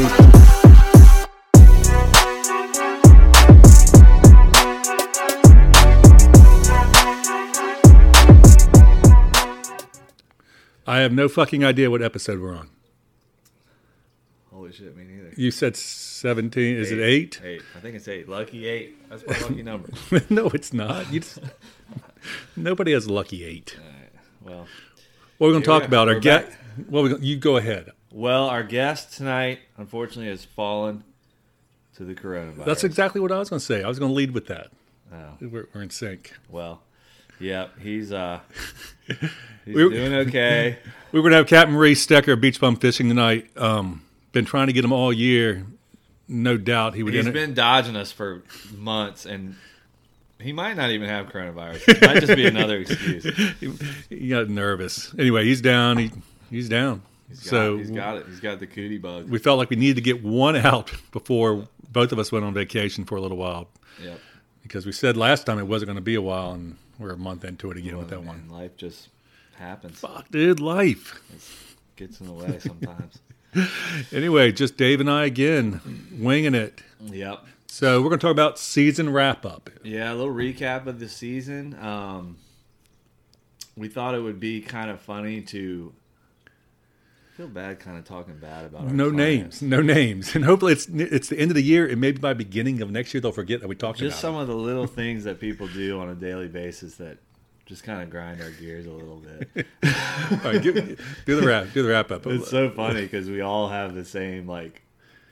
week. I have no fucking idea what episode we're on. Holy shit, me neither. You said 17. Is it eight? Eight. I think it's eight. Lucky eight. That's my lucky number. no, it's not. You just, nobody has a lucky eight. Well, What we're going to Here we talk are. about our We're get. back. Well, we gonna, you go ahead. well, our guest tonight, unfortunately, has fallen to the coronavirus. That's exactly what I was going to say. I was going to lead with that. Oh. We're, we're in sync. well, yeah, he's uh, he's We- doing okay. We were going to have Captain Reese Stecker of Beach Bum Fishing tonight. Um, been trying to get him all year. No doubt he would. He's enter- been dodging us for months, and he might not even have coronavirus. It might just be another excuse. he got nervous. Anyway, he's down. He, he's down. He's got, so he's got it. He's got the cootie bug. we felt like we needed to get one out before both of us went on vacation for a little while yep. because we said last time it wasn't going to be a while, and we're a month into it again with that And one. Life just happens. Fuck, dude, life. Gets in the way sometimes. Anyway, just Dave and I again, winging it. yep. So we're going to talk about season wrap up. Yeah, a little recap of the season. Um, we thought it would be kind of funny to I feel bad, kind of talking bad about our No names, clients. no names, and hopefully it's it's the end of the year, and maybe by beginning of next year they'll forget that we talked Just about. some of the little things that people do on a daily basis that just kind of grind our gears a little bit. it. All right, give- do the wrap, do the wrap up. it's so funny because we all have the same like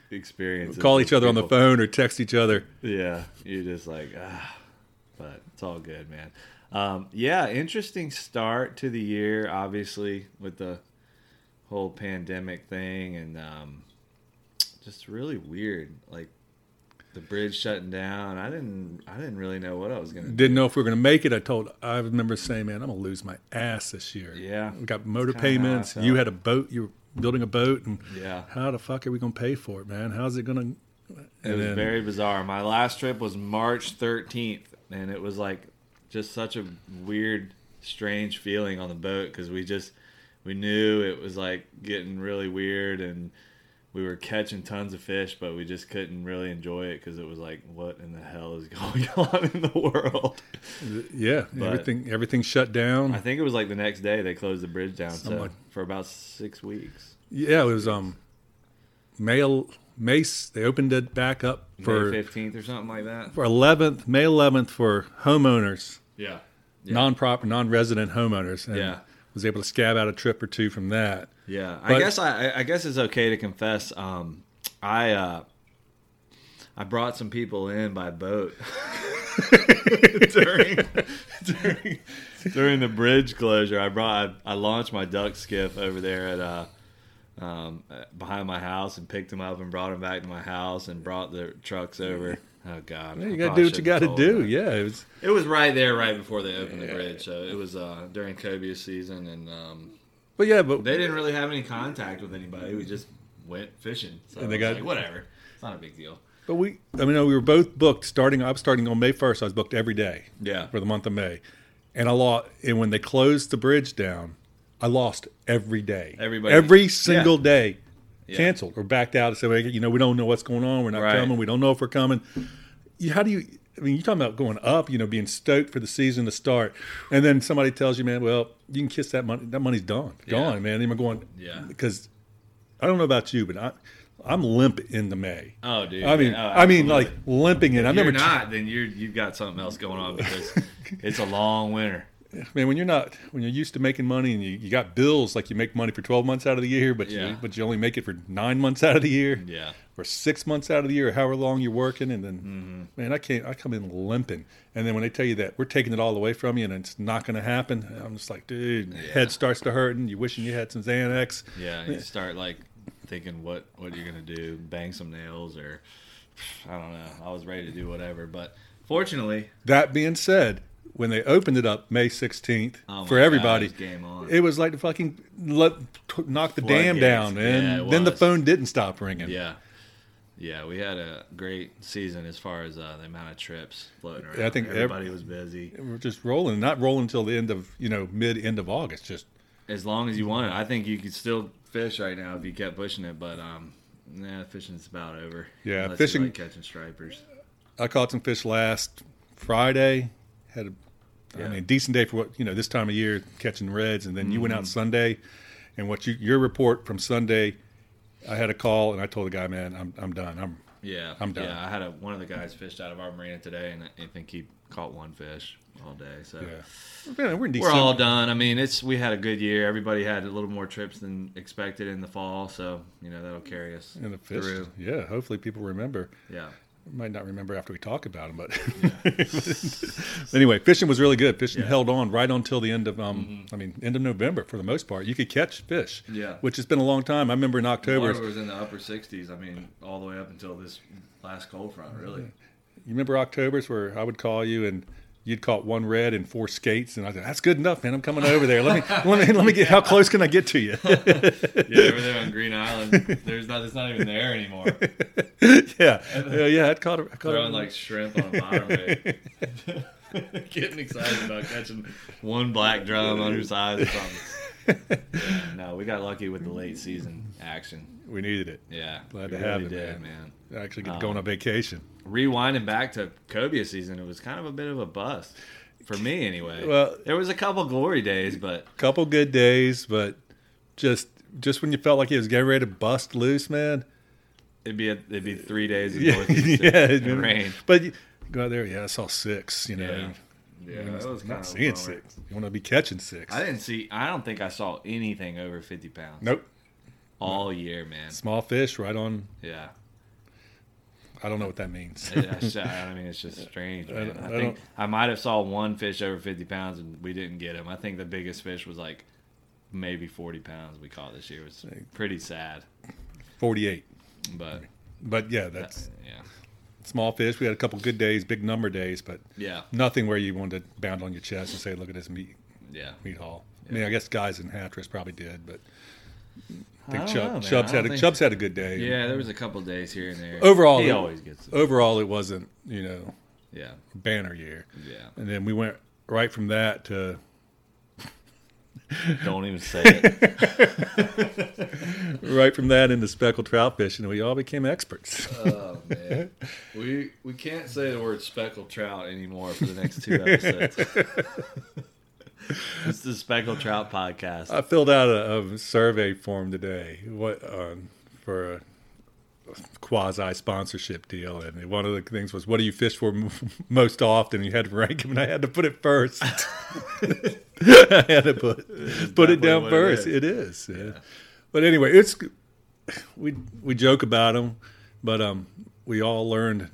experience. Call each other on the phone or text each other. Yeah, you're just like, ah, but it's all good, man. Um, yeah, interesting start to the year, obviously, with the whole pandemic thing and um, just really weird, like the bridge shutting down. I didn't, I didn't really know what I was gonna. do. Didn't know if we were going to make it. I told. I remember saying, "Man, I'm going to lose my ass this year." Yeah. we got motor kinda how I payments. felt. You had a boat. You were building a boat, and Yeah. how the fuck are we going to pay for it, man? How's it going to? It was very bizarre. My last trip was March 13th, and it was like just such a weird, strange feeling on the boat because we just we knew it was like getting really weird, and we were catching tons of fish, but we just couldn't really enjoy it because it was like, what in the hell is going on in the world? yeah, everything everything shut down. I think it was like the next day they closed the bridge down so, Somewhat. for about six weeks. yeah, it was um, May Mace. They opened it back up for For 15th or something like that. for 11th May 11th for homeowners, Yeah. non proper non-resident homeowners. And Yeah. was able to scab out a trip or two from that. Yeah, But- I guess I, I- I guess it's okay to confess. Um, I uh, I brought some people in by boat during, during during the bridge closure. I brought I, I launched my duck skiff over there at uh, um, uh, behind my house and picked them up and brought them back to my house and brought the trucks over. Oh God, You got to I probably do what you shouldn't got to have told do. that. Yeah, it was. It was right there, right before they opened the bridge. So it was uh, during Cobia season, and um, But yeah, but they didn't really have any contact with anybody. We just went fishing. So And they I was got- like, whatever. It's not a big deal. But we, I mean, we were both booked starting. I was starting on May first. I was booked every day. Yeah. For the month of May, and I lost. And when they closed the bridge down, I lost every day. Everybody- Every single day, Yeah. canceled or backed out. and said, well, you know, we don't know what's going on. We're not Right. coming. We don't know if we're coming. You, how do you? I mean, you're talking about going up. You know, being stoked for the season to start, and then somebody tells you, man, well, you can kiss that money. That money's done, gone, man. And I'm going, Yeah. because I don't know about you, but I, I'm limp into May. Oh, dude. I mean, Oh, I mean, absolutely. like limping it. I if you're remember, not, then you're you've got something else going on because it's a long winter. man, when you're not, when you're used to making money and you, you got bills, like you make money for 12 months out of the year, but you, Yeah. but you only make it for nine months out of the year, Yeah. or six months out of the year, or however long you're working, and then, Mm-hmm. man, I can't, I come in limping, and then when they tell you that we're taking it all away from you and it's not going to happen, I'm just like, dude, head starts to hurting. You wishing you had some Xanax. Yeah. You start like thinking what what you're gonna do, bang some nails or I don't know. I was ready to do whatever, but fortunately, That being said, when they opened it up May 16th Oh my for God, everybody, it was game on. it was like the fucking let, t- knock the dam Floodgates. down, and Yeah, it then the was. phone didn't stop ringing. yeah. Yeah, we had a great season as far as uh, the amount of trips floating around. Yeah, I think ev- everybody was busy. We're just rolling, not rolling until the end of you know mid end of August. Just as long as you want it. I think you could still fish right now if you kept pushing it, but um, Nah, fishing's about over. Yeah, Unless you fishing- like catching stripers. I caught some fish last Friday. Had a, I Yeah. mean, decent day for what you know this time of year catching reds, and then you Mm-hmm. went out Sunday, and what you your report from Sunday, I had a call and I told the guy, man, I'm I'm done. I'm Yeah, I'm done. Yeah, I had a, one of the guys fished out of our marina today, and I I think he caught one fish all day. So yeah, man, we're in we're December. all done. I mean, it's we had a good year. Everybody had a little more trips than expected in the fall, so you know that'll carry us in the fish. through. Yeah, hopefully people remember. Yeah, Might not remember after we talk about them, but anyway, fishing was really good. Fishing held on right until the end of, um, I mean, end of November for the most part. You could catch fish, Mm-hmm. Yeah. which has been a long time. I remember in October, Florida was in the upper 60s. I mean, all the way up until this last cold front, really. You remember October's where I would call you and you'd caught one red and four skates, and I said, "That's good enough, man. I'm coming over there. Let me let me, let me get. How close can I get to you?" Yeah, over there on Green Island, there's not it's not even there anymore. yeah, yeah, yeah. I caught. A, I caught. A, Throwing like shrimp on a bottom bait. Getting excited about catching one black drum undersized or something. Yeah, no, we got lucky with the late season action. we needed it. Yeah, Glad to we have really it, did, man. I actually get going on vacation. Rewinding back to Cobia season, it was kind of a bit of a bust for me, anyway. Well- there was a couple glory days, but Couple good days, but just just when you felt like you was getting ready to bust loose, man. it'd be a, it'd be three days of Yeah, northeast yeah. and rain. But you go out there. Yeah, I saw six. You know, Yeah, yeah, that was kind not of seeing a bummer. six. You want to be catching six. I didn't see. I don't think I saw anything over fifty pounds Nope. all year, man. Small fish, right on. Yeah. I don't know what that means. Yeah, it's- I mean, it's just strange. Man. don't- I, I think don't- I might have saw one fish over fifty pounds, and we didn't get him. I think the biggest fish was like maybe forty pounds we caught this year. It was pretty sad, Forty-eight. but uh, But yeah, that's yeah, small fish. We had a couple good days, big number days, but yeah, nothing where you wanted to bound on your chest and say, "Look at this meat yeah. meat haul." I mean, I guess guys in Hatteras probably did, but I think don't Chubb, know, man. Chubb's I don't had a, think- Chubb's had a good day. Yeah, there was a couple days here and there. Overall, he it- always gets it. Overall, it wasn't you know Yeah, banner year, yeah. and then we went right from that to Don't even say it. right from that into speckled trout fishing, and we all became experts. oh man, we we can't say the word speckled trout anymore for the next two episodes. it's the speckled trout podcast. I filled out a, a survey form today. What um, for a quasi sponsorship deal, and one of the things was, "What do you fish for m- most often?" You had to rank them, and I had to put it first. I had to put put it definitely down what it first. is. It is, yeah. but anyway, it's we we joke about them, but um, we all learned.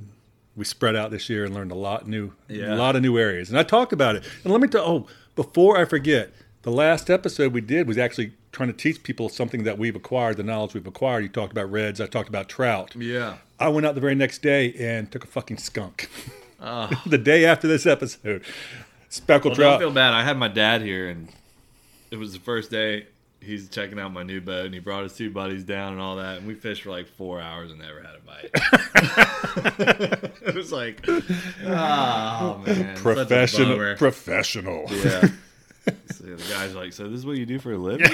We spread out this year and learned a lot new, a Yeah. lot of new areas. And I talked about it. And let me tell. Oh, before I forget, the last episode we did was actually trying to teach people something that we've acquired, the knowledge we've acquired. You talked about reds. I talked about trout. Yeah. I went out the very next day and took a fucking skunk. the day after this episode, speckled Ah. Well, don't feel trout. bad. I had my dad here, and it was the first day he's checking out my new boat, and he brought his two buddies down and all that, and we fished for like four hours and never had a bite. it was like, oh man, such a Professional, bummer. professional. yeah. So the guy's like, so this is what you do for a living?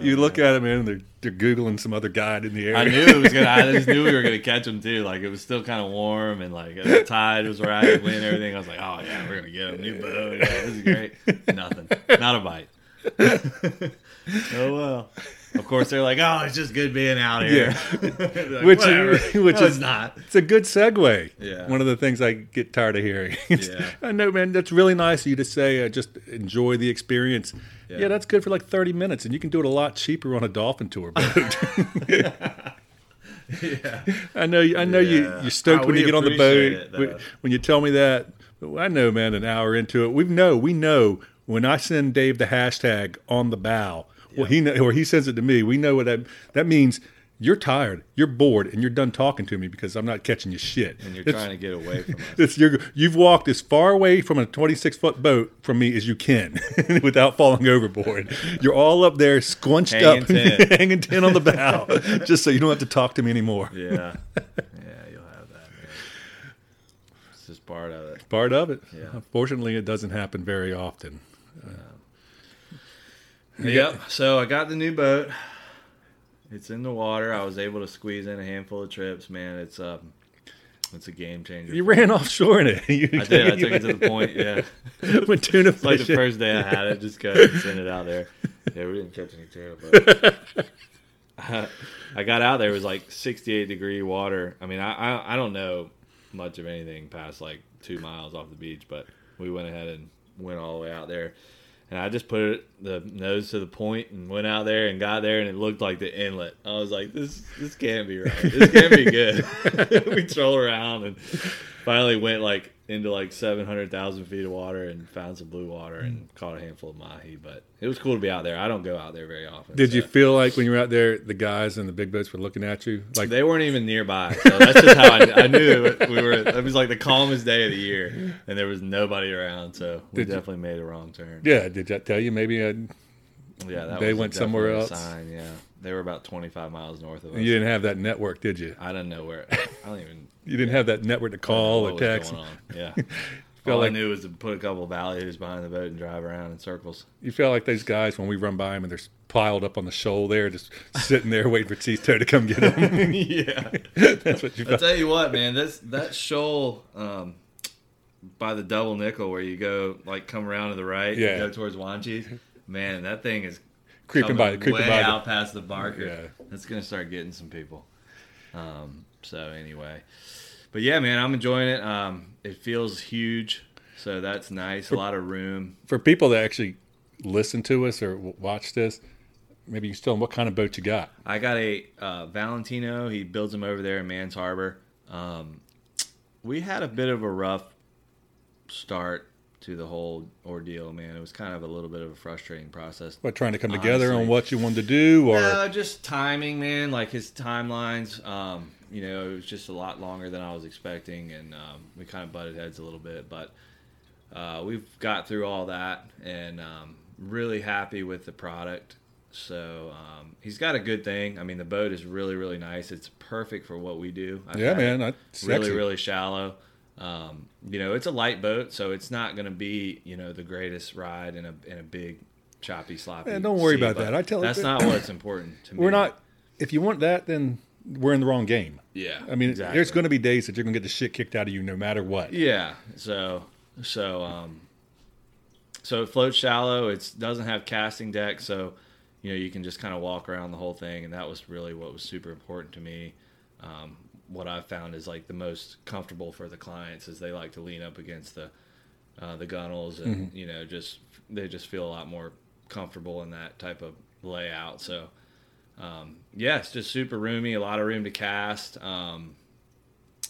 You look at them man, and they're, they're googling some other guide in the area. I knew it was gonna. I just knew we were gonna catch him too. Like it was still kind of warm and like the tide was right, wind, everything. I was like, oh yeah, we're gonna get him. New boat. Yeah, this is great. Nothing. Not a bite. oh well. Of course, they're like, oh, it's just good being out here. They're like, Which- "Whatever." which No, is- it's not. It's a good segue. Yeah. One of the things I get tired of hearing. Yeah. I know, man. That's really nice of you to say. Uh, just enjoy the experience. Yeah. Yeah. that's good for like thirty minutes, and you can do it a lot cheaper on a dolphin tour boat. Yeah. I know. you- I know you. Yeah. You're stoked Oh, when we you get on the boat. appreciate it, though. when, when you tell me that, I know, man. An hour into it, we know. We know when I send Dave the hashtag on the bow. Well, he know, or he sends it to me. We know what that that means. You're tired. You're bored, and you're done talking to me because I'm not catching you shit. And you're It's- trying to get away from us. It's your, you've walked as far away from a 26 foot boat from me as you can without falling overboard. You're all up there, squinched Hanging up, ten. hanging 10 on the bow, just so you don't have to talk to me anymore. Yeah. Yeah, you'll have that. Man. It's just part of it. Part of it. Yeah. Unfortunately, it doesn't happen very often. Yep. So I got the new boat. It's in the water. I was able to squeeze in a handful of trips, man. It's um, it's a game changer. You ran offshore in it. You, I did. I took it to the point. Yeah, Went tuna it's like the fishing. first day I had it. Just got it and sent it out there. Yeah, we didn't catch any tuna, but I got out there. It was like 68 degree water. I mean, I, I I don't know much of anything past like two miles off the beach, but we went ahead and went all the way out there. And I just put it, the nose to the point and went out there and got there, and it looked like the inlet. I was like, "This, this can't be right. This can't be good." we troll around and finally went like into like seven hundred thousand feet of water and found some blue water and caught a handful of mahi. But it was cool to be out there. I don't go out there very often. Did you so- feel like when you were out there, the guys in the big boats were looking at you? Like, They weren't even nearby, so that's just how I, I knew we were. It was like the calmest day of the year, and there was nobody around, so we Did you- definitely made a wrong turn. yeah, did I tell you? Maybe I, you Yeah, that They was went definitely somewhere a else? Sign, yeah, they were about twenty five miles north of us. didn't have that network, did you? I don't know where. I don't even You didn't have that network to call what or was text. going on. Yeah, Felt all I like- knew was to put a couple of ballyhoos behind the boat and drive around in circles. You feel like those guys when we run by them and they're piled up on the shoal there, just sitting there waiting for Tito to come get them. yeah, That's what you I felt. tell you what, man, that's that shoal um, by the double nickel where you go like come around to the right, Yeah. yeah. go towards Wanchis. Man, that thing is Creeping by- coming creeping way by the- out past the barker. Yeah. That's gonna start getting some people. Um, so anyway, but yeah, man, I'm enjoying it. Um, it feels huge, so that's nice. A lot of room. For people that actually listen to us or w- watch this, maybe you still what kind of boat you got. I got a uh, Valentino. He builds them over there in Mans Harbor. Um, we had a bit of a rough start to the whole ordeal, man. It was kind of a little bit of a frustrating process. What trying to come together on Honestly. what you wanted to do or No, just timing, man. Like his timelines. Um, you know, it was just a lot longer than I was expecting, and um, we kind of butted heads a little bit. But uh, we've got through all that, and um, really happy with the product. So um, he's got a good thing. I mean, the boat is really, really nice. It's perfect for what we do. I've Yeah, had it man. That's sexy. really really shallow um, you know it's a light boat so it's not going to be you know the greatest ride in a in a big choppy sloppy Man, don't worry sea, about but that. I tell you- that's not what's important to me We're not. If you want that, then we're in the wrong game. yeah I mean, exactly. there's going to be days that you're going to get the shit kicked out of you, no matter what. yeah so so um so it floats shallow it doesn't have casting deck so you know you can just kind of walk around the whole thing and that was really what was super important to me um, what i've found is like the most comfortable for the clients is they like to lean up against the uh, the gunnels and you know just they just feel a lot more comfortable in that type of layout so um, yeah it's just super roomy a lot of room to cast um,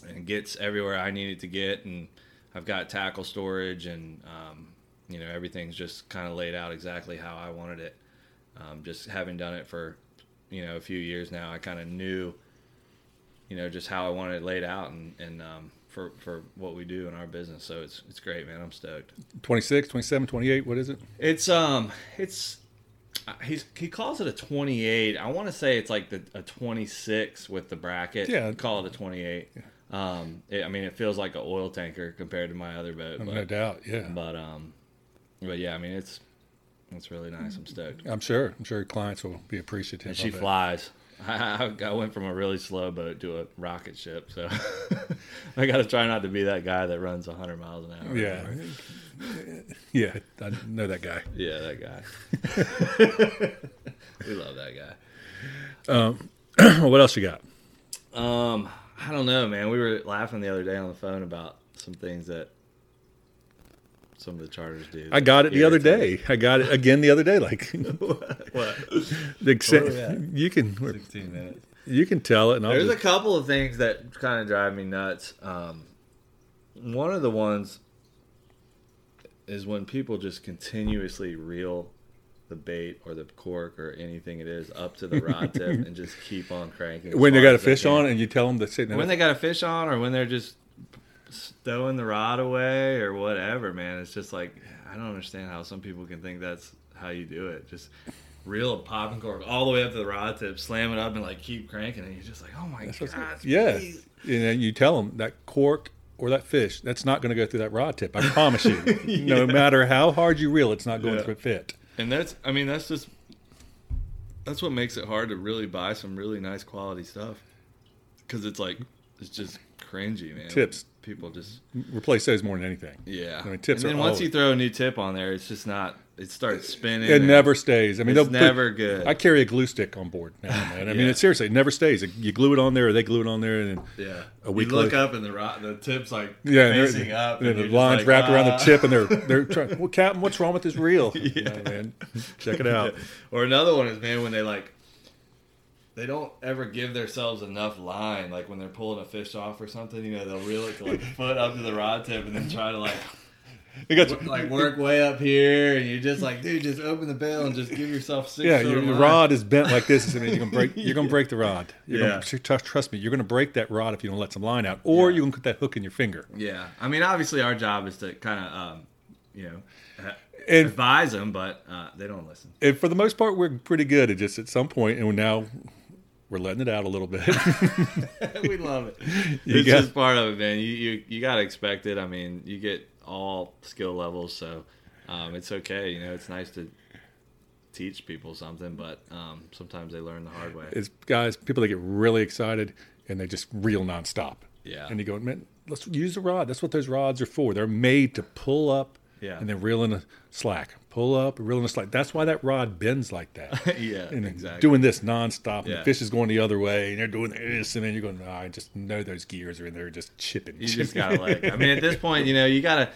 and gets everywhere i need it to get and i've got tackle storage and um, you know everything's just kind of laid out exactly how i wanted it um, just having done it for you know a few years now i kind of knew you know just how i wanted it laid out and, and um, for, for what we do in our business so it's, it's great man i'm stoked 26, 27, 28. What is it? it's um, it's uh, he's he calls it a twenty eight. I want to say it's like the, a twenty six with the bracket. Yeah. call it a twenty eight. Um, it, I mean, it feels like an oil tanker compared to my other boat, no but, doubt. Yeah, but um, but yeah, I mean, it's it's really nice. I'm stoked. I'm sure. I'm sure clients will be appreciative. And she of it. flies. I, I went from a really slow boat to a rocket ship, so I got to try not to be that guy that runs hundred miles an hour. Yeah, yeah. I know that guy. yeah, that guy. we love that guy. what else you got? Um, I don't know, man. We were laughing the other day on the phone about some things that some of the charters do. I got it the other day. I got it again the other day. Like What? the we at? extent, you can Sixteen minutes. you can tell it. And I'll There's a just, couple of things that kind of drive me nuts. Um, one of the ones is when people just continuously reel the bait or the cork or anything it is up to the rod tip and just keep on cranking. as when they hard got a as they fish can. on, and you tell them to sit. when they got a fish on or when they're just throwing the rod away or whatever, man. It's just like I don't understand how some people can think that's how you do it. Just reel a popping cork all the way up to the rod tip, slam it up, and like keep cranking, and you're just like, oh my god, Yeah, please. you know, you tell them that cork or that fish that's not going to go through that rod tip. I promise you. No matter how hard you reel, it's not going Yeah. to fit. And that's, I mean, that's just that's what makes it hard to really buy some really nice quality stuff because it's like it's just cringy, man. Tips. People just Replace those more than anything. yeah. I mean, tips and then are once always- you throw a new tip on there, it's just not. It starts spinning. It and never stays. I mean, It's they'll put- never good. I carry a glue stick on board now, man. I mean, Yeah. it seriously it never stays. You glue it on there, or they glue it on there, and then Yeah. A week you look later- up and the ro- the tips like yeah, and they're- facing up. and and the you're just lines like, wrapped around the "Ah." tip, and they're they're trying. Well, Captain, what's wrong with this reel? yeah, man, check it out. Or another one is man when they like they don't ever give themselves enough line. Like when they're pulling a fish off or something, you know, they'll reel it to like foot up to the rod tip and then try to like You got w- like work way up here and you're just like, dude, just open the bill and just give yourself six. yeah, foot your, of your line. rod is bent like this. I mean, you're gonna break. You're gonna break the rod. You're Yeah. gonna, tr- trust, trust me, you're gonna break that rod if you don't let some line out, or Yeah. you can put that hook in your finger. Yeah. I mean obviously our job is to kinda um, you know ha- And advise them, but uh, they don't listen. and for the most part, we're pretty good at just at some point, and now we're letting it out a little bit. we love it. You it's got- just part of it, man. You you you gotta expect it. I mean, you get all skill levels, so um, it's okay. You know, it's nice to teach people something, but um, sometimes they learn the hard way. is guys, people that get really excited and they just reel nonstop. Yeah. And you go, man, let's use the rod. That's what those rods are for. They're made to pull up Yeah. and then reel in a slack. Pull up, reel in a slack. That's why that rod bends like that. yeah, And then exactly. doing this nonstop, and Yeah. the fish is going the other way, and they're doing this, and then you're going, "Ah, I just know those gears are in there just chipping. you chipping." just gotta like. I mean, at this point, you know, you gotta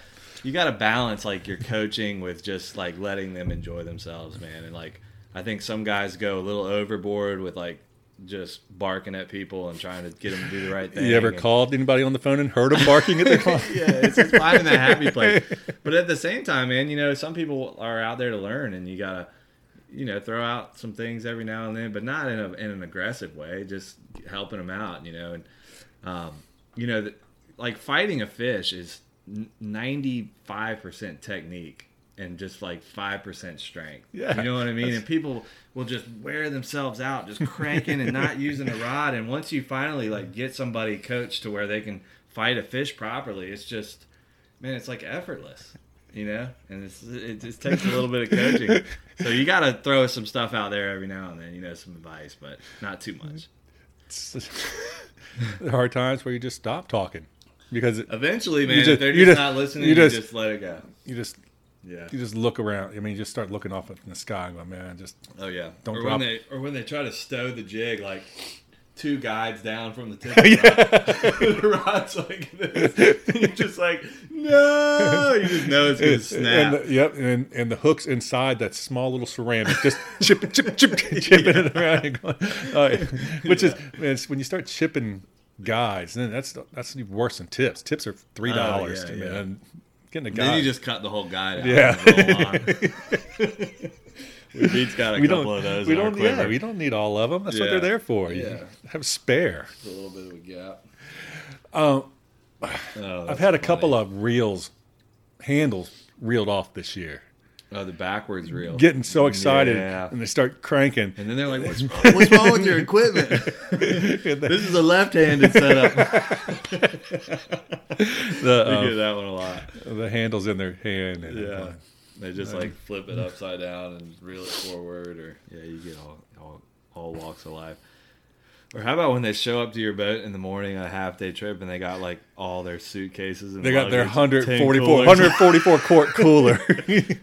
you gotta balance like your coaching with just like letting them enjoy themselves, man. And like, I think some guys go a little overboard with like just barking at people and trying to get them to do the right thing. you ever and- called anybody on the phone and heard them barking at their phone? yeah, it's just finding that happy place. But at the same time, man, you know, some people are out there to learn, and you gotta, you know, throw out some things every now and then, but not in a in an aggressive way. Just helping them out, you know, and um, you know, th- like fighting a fish is ninety five percent technique and just like five percent strength. Yeah. you know what I mean. And people will just wear themselves out, just cranking and not using a rod. And once you finally like get somebody coached to where they can fight a fish properly, it's just man, it's like effortless. You know, and it's, it just takes a little bit of coaching. So you got to throw some stuff out there every now and then. You know, some advice, but not too much. Mm-hmm. there are times where you just stop talking because it, Eventually, man, just- if they're you just- just, not listening, you you just, just- let it go. you just Yeah. you just look around. I mean, you just start looking off in the sky and go, man, just Oh yeah. Don't or drop- when they or when they try to stow the jig like two guides down from the tip. yeah. the rod's like this. And you're just like, no. You just know it's gonna snap. And the, yep, and and the hooks inside that small little ceramic just chip chip chip chipping it around, and going, all right. which is man, it's when you start chipping guys, then that's that's even worse than tips. Tips are three dollars, Oh, yeah, to yeah. man. Getting a guy, then you just cut the whole guide out. Yeah. and roll on. we Pete's got a we couple don't of those. we in our don't yeah quiver. we don't need all of them. That's what Yeah. they're there for. Yeah. You have a spare. a little bit of a gap. Um, Oh, I've had a couple of reels, handles reeled off this year. Oh, the backwards reel. Getting so excited, Yeah. and they start cranking. and then they're like, "What's wrong, what's wrong with your equipment? this is a left-handed setup." the, We uh, do that one a lot. the handles in their hand. And Yeah. They just like flip it upside down and reel it forward, or yeah, you get all all, all walks of life. Or how about when they show up to your boat in the morning on a half day trip and they got like all their suitcases and They got their luggage, 144, 100. 144 quart cooler.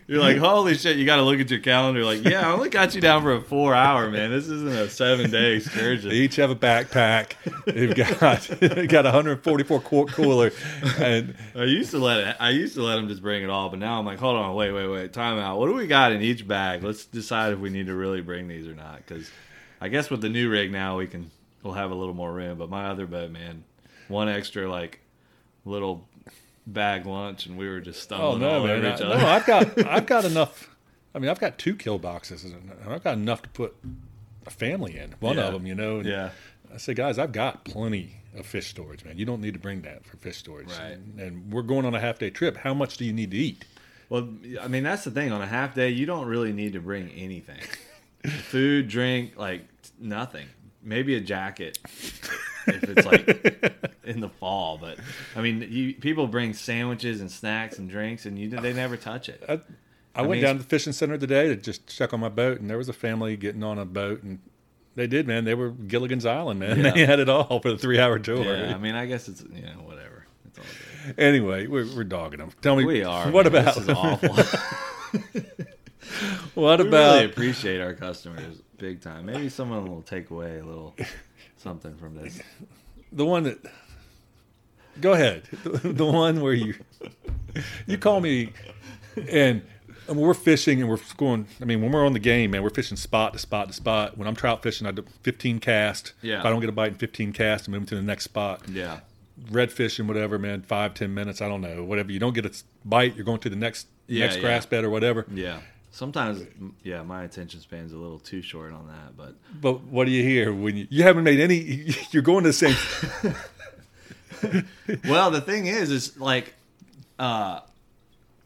You're like, holy shit! You got to look at your calendar. Like, yeah, I only got you down for a four hour, man. This isn't a seven day excursion. they each have a backpack. They've got they got 144 quart cooler, and I used to let it. I used to let them just bring it all, but now I'm like, hold on, wait, wait, wait, time out. What do we got in each bag? Let's decide if we need to really bring these or not. Because I guess with the new rig now, we can we'll have a little more room. But my other boat, man, one extra like little bag lunch, and we were just oh stumbling no, all man, over I, each no, other. I've got I've got enough. I mean, I've got two kill boxes, and I've got enough to put a family in. One Yeah. of them, you know. and yeah, I say, guys, I've got plenty of fish storage, man. You don't need to bring that for fish storage. Right. And, and we're going on a half day trip. How much do you need to eat? Well, I mean, that's the thing. On a half day, you don't really need to bring anything food, drink, like nothing. Maybe a jacket if it's like in the fall. But I mean, you, people bring sandwiches and snacks and drinks, and you they never touch it. I, I, went mean, down to the fishing center today to just check on my boat, and there was a family getting on a boat, and they did, man. They were Gilligan's Island, man. Yeah. They had it all for the three-hour tour. Yeah, I mean, I guess it's you know whatever. It's all good. Anyway, we're, we're dogging them. Tell me, We are. What man. about This is awful. uh, what we about really appreciate our customers big time. Maybe someone will take away a little something from this. the one that? Go ahead. The, the one where you you call me, and, and we're fishing and we're going. I mean, when we're on the game, man, we're fishing spot to spot to spot. When I'm trout fishing, I do 15 cast. Yeah. If I don't get a bite in 15 cast, I move to the next spot. Yeah. redfish and whatever, man, five, ten minutes, I don't know, whatever. You don't get a s- bite, you're going to the next Yeah, next yeah. grass bed or whatever. Yeah. Sometimes, m- yeah, my attention span's a little too short on that, but But what do you hear when you, you haven't made any? You're going to the same. well, the thing is, is like, uh,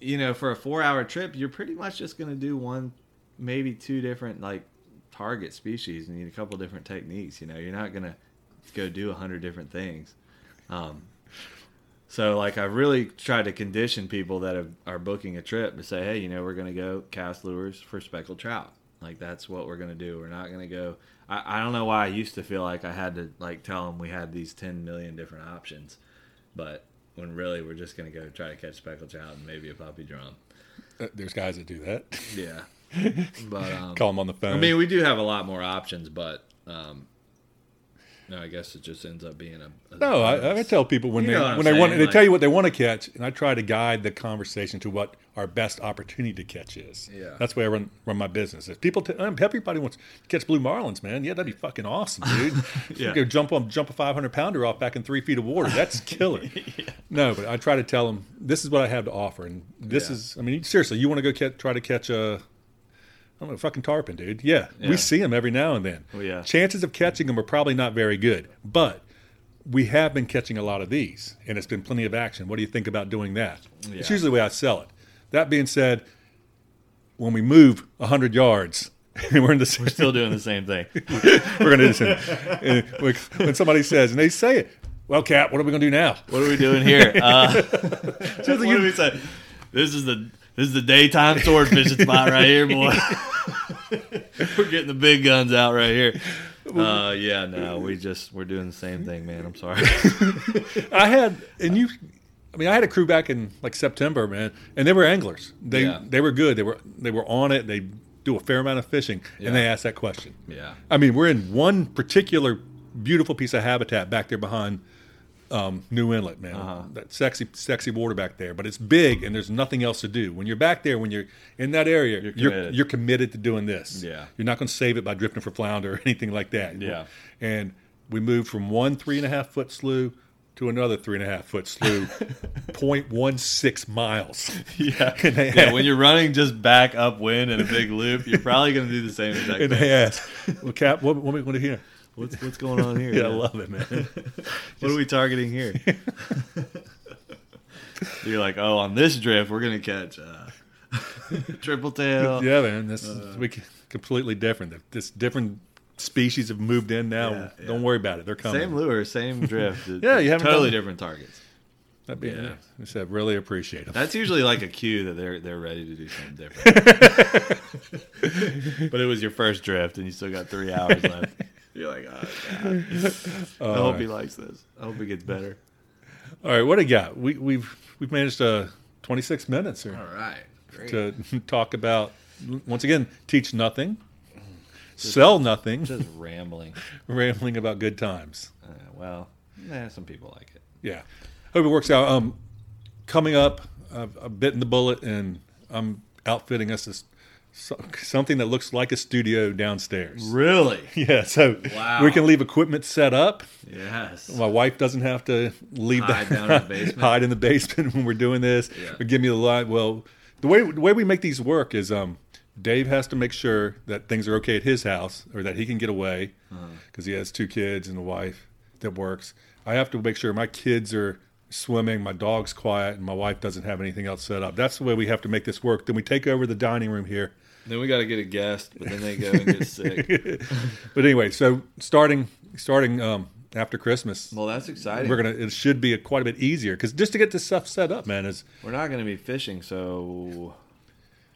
you know, for a four-hour trip, you're pretty much just gonna do one, maybe two different like target species and need a couple different techniques. You know, you're not gonna go do a hundred different things. Um, so like, I've really tried to condition people that have, are booking a trip to say, hey, you know, we're gonna go cast lures for speckled trout. Like that's what we're gonna do. We're not gonna go. I, I don't know why I used to feel like I had to like tell them we had these ten million different options but when really we're just gonna go try to catch speckled trout and maybe a puppy drum. Uh, There's guys that do that. Yeah, but um, Call them on the phone. I mean we do have a lot more options, but um, no, I guess it just ends up being a, a no, I, I tell people when You they know what I'm when they want saying, they like- tell you what they want to catch, and I try to guide the conversation to what our best opportunity to catch is. Yeah. that's where I run run my business. If people, t- um, everybody wants to catch blue marlins, man. Yeah, that'd be fucking awesome, dude. Yeah. go jump on jump a 500 pounder off back in three feet of water. That's killer. No, but I try to tell them this is what I have to offer, and this Yeah. is. I mean, seriously, you want to go catch, try to catch a. I don't know, fucking tarpon, dude. Yeah, Yeah. we see them every now and then. Oh, yeah. Chances of catching them are probably not very good, but we have been catching a lot of these, and it's been plenty of action. What do you think about doing that? It's Yeah. usually the way I sell it. That being said, when we move 100 yards, we're in the same still doing the same thing. we're going to do this. And when- when somebody says, and they say it, well, Cap, what are we going to do now? What are we doing here? Uh, what do we say? This is the this is the daytime swordfishing spot right here, boy. we're getting the big guns out right here. Uh, yeah, no, we just we're doing the same thing, man. I'm sorry. I had, and you, I mean, I had a crew back in like September, man, and they were anglers. They Yeah. they were good. They were they were on it. They do a fair amount of fishing, Yeah. and they asked that question. Yeah. I mean, we're in one particular beautiful piece of habitat back there behind um, New Inlet, man. Uh-huh. That sexy, sexy water back there, but it's big and there's nothing else to do. When you're back there, when you're in that area, you're you're, committed. committed to doing this. Yeah. you're not going to save it by drifting for flounder or anything like that. Yeah. and we moved from one three and a half foot slew to another three and a half foot slew, 0.16 miles. Yeah. And they yeah, had- when you're running just back upwind in a big loop, you're probably going to do the same exact And thing. they asked, "Well, Cap, what, what are we going to hear?" What's, what's going on here? Yeah, I man? love it, man. what are we targeting here? you're like, oh, on this drift, we're going to catch uh, triple tail. Yeah, man, this Uh, is we c- completely different. This different species have moved in now. Yeah, yeah. Don't worry about it; they're coming. Same lure, same drift. It- Yeah, you haven't totally done- different targets. That'd be, Yeah. I said, really appreciate it. That's usually like a cue that they're they're ready to do something different. but it was your first drift, and you still got three hours left. You're like, oh, God. I hope he likes this. I hope he gets better. All right, what do you got? We, we've we've managed uh, 26 minutes here All right, great. to talk about once again teach nothing, sell nothing, Just rambling. rambling about good times. Uh, well, nah, some people like it. Yeah, hope it works out. Um, coming up, I've, I've bitten the bullet, and I'm outfitting us this so- something that looks like a studio downstairs. Really? Yeah, so Wow. we can leave equipment set up. Yes. My wife doesn't have to leave Hide down in the basement? hide in the basement when we're doing this. Yeah. Or give me the line. Well, the way the way we make these work is um, Dave has to make sure that things are okay at his house or that he can get away Uh-huh. because he has two kids and a wife that works. I have to make sure my kids are swimming, my dog's quiet, and my wife doesn't have anything else set up. That's the way we have to make this work. Then we take over the dining room here. Then we got to get a guest, but then they go and get sick. But anyway, so starting starting um, after Christmas, Well, that's exciting. we're gonna it should be a, quite a bit easier because just to get this stuff set up man is We're not going to be fishing, so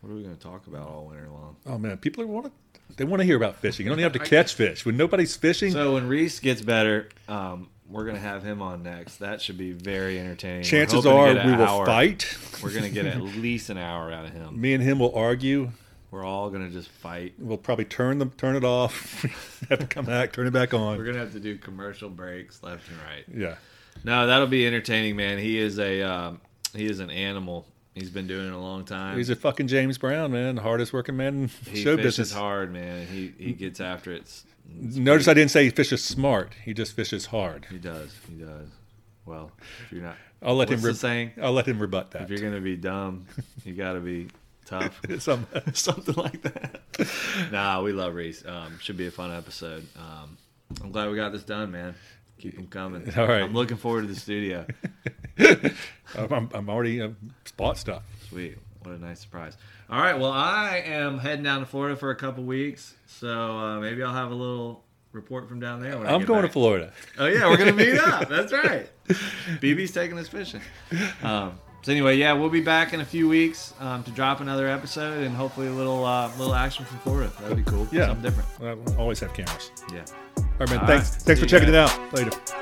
What are we going to talk about all winter long? Oh man, people are want to they want to hear about fishing. You don't even have to catch fish when nobody's fishing. So when Reese gets better, um, we're going to have him on next. That should be very entertaining. We're chances hoping to are get we an will hour. fight. We're going to get at least an hour out of him. Me and him will argue. We're all going to just fight. We'll probably turn them turn it off. have to come back, turn it back We're on. going to have to do commercial breaks left and right. Yeah. No, that'll be entertaining, man. He is a um, he is an animal. He's been doing it a long time. He's a fucking James Brown, man, the hardest working man in he show fishes business. hard, man. He he gets after it. It's- Notice I didn't say he fishes smart. He just fishes hard. He does. He does. Well, if you're not, I'll let what's him the re- saying? I'll let him rebut that. If you're gonna be dumb, you gotta be tough. Some- something like that. nah, we love Reese. Um, should be a fun episode. Um, I'm glad we got this done, man. Keep them coming. All right. I'm looking forward to the studio. I'm, I'm- I'm already uh, bought stuff. Sweet. What a nice surprise. All right. Well, I am heading down to Florida for a couple weeks, so uh, maybe I'll have a little report from down there. When I I'm get going back. to Florida. Oh yeah, we're gonna meet up. That's right. BB's taking us fishing. Um, so anyway, yeah, we'll be back in a few weeks um, to drop another episode and hopefully a little uh, little action from Florida. That'd be cool. Yeah. something different. I always have cameras. Yeah. All right, man. All thanks. right. Thanks for See ya, checking it guys. out. Later.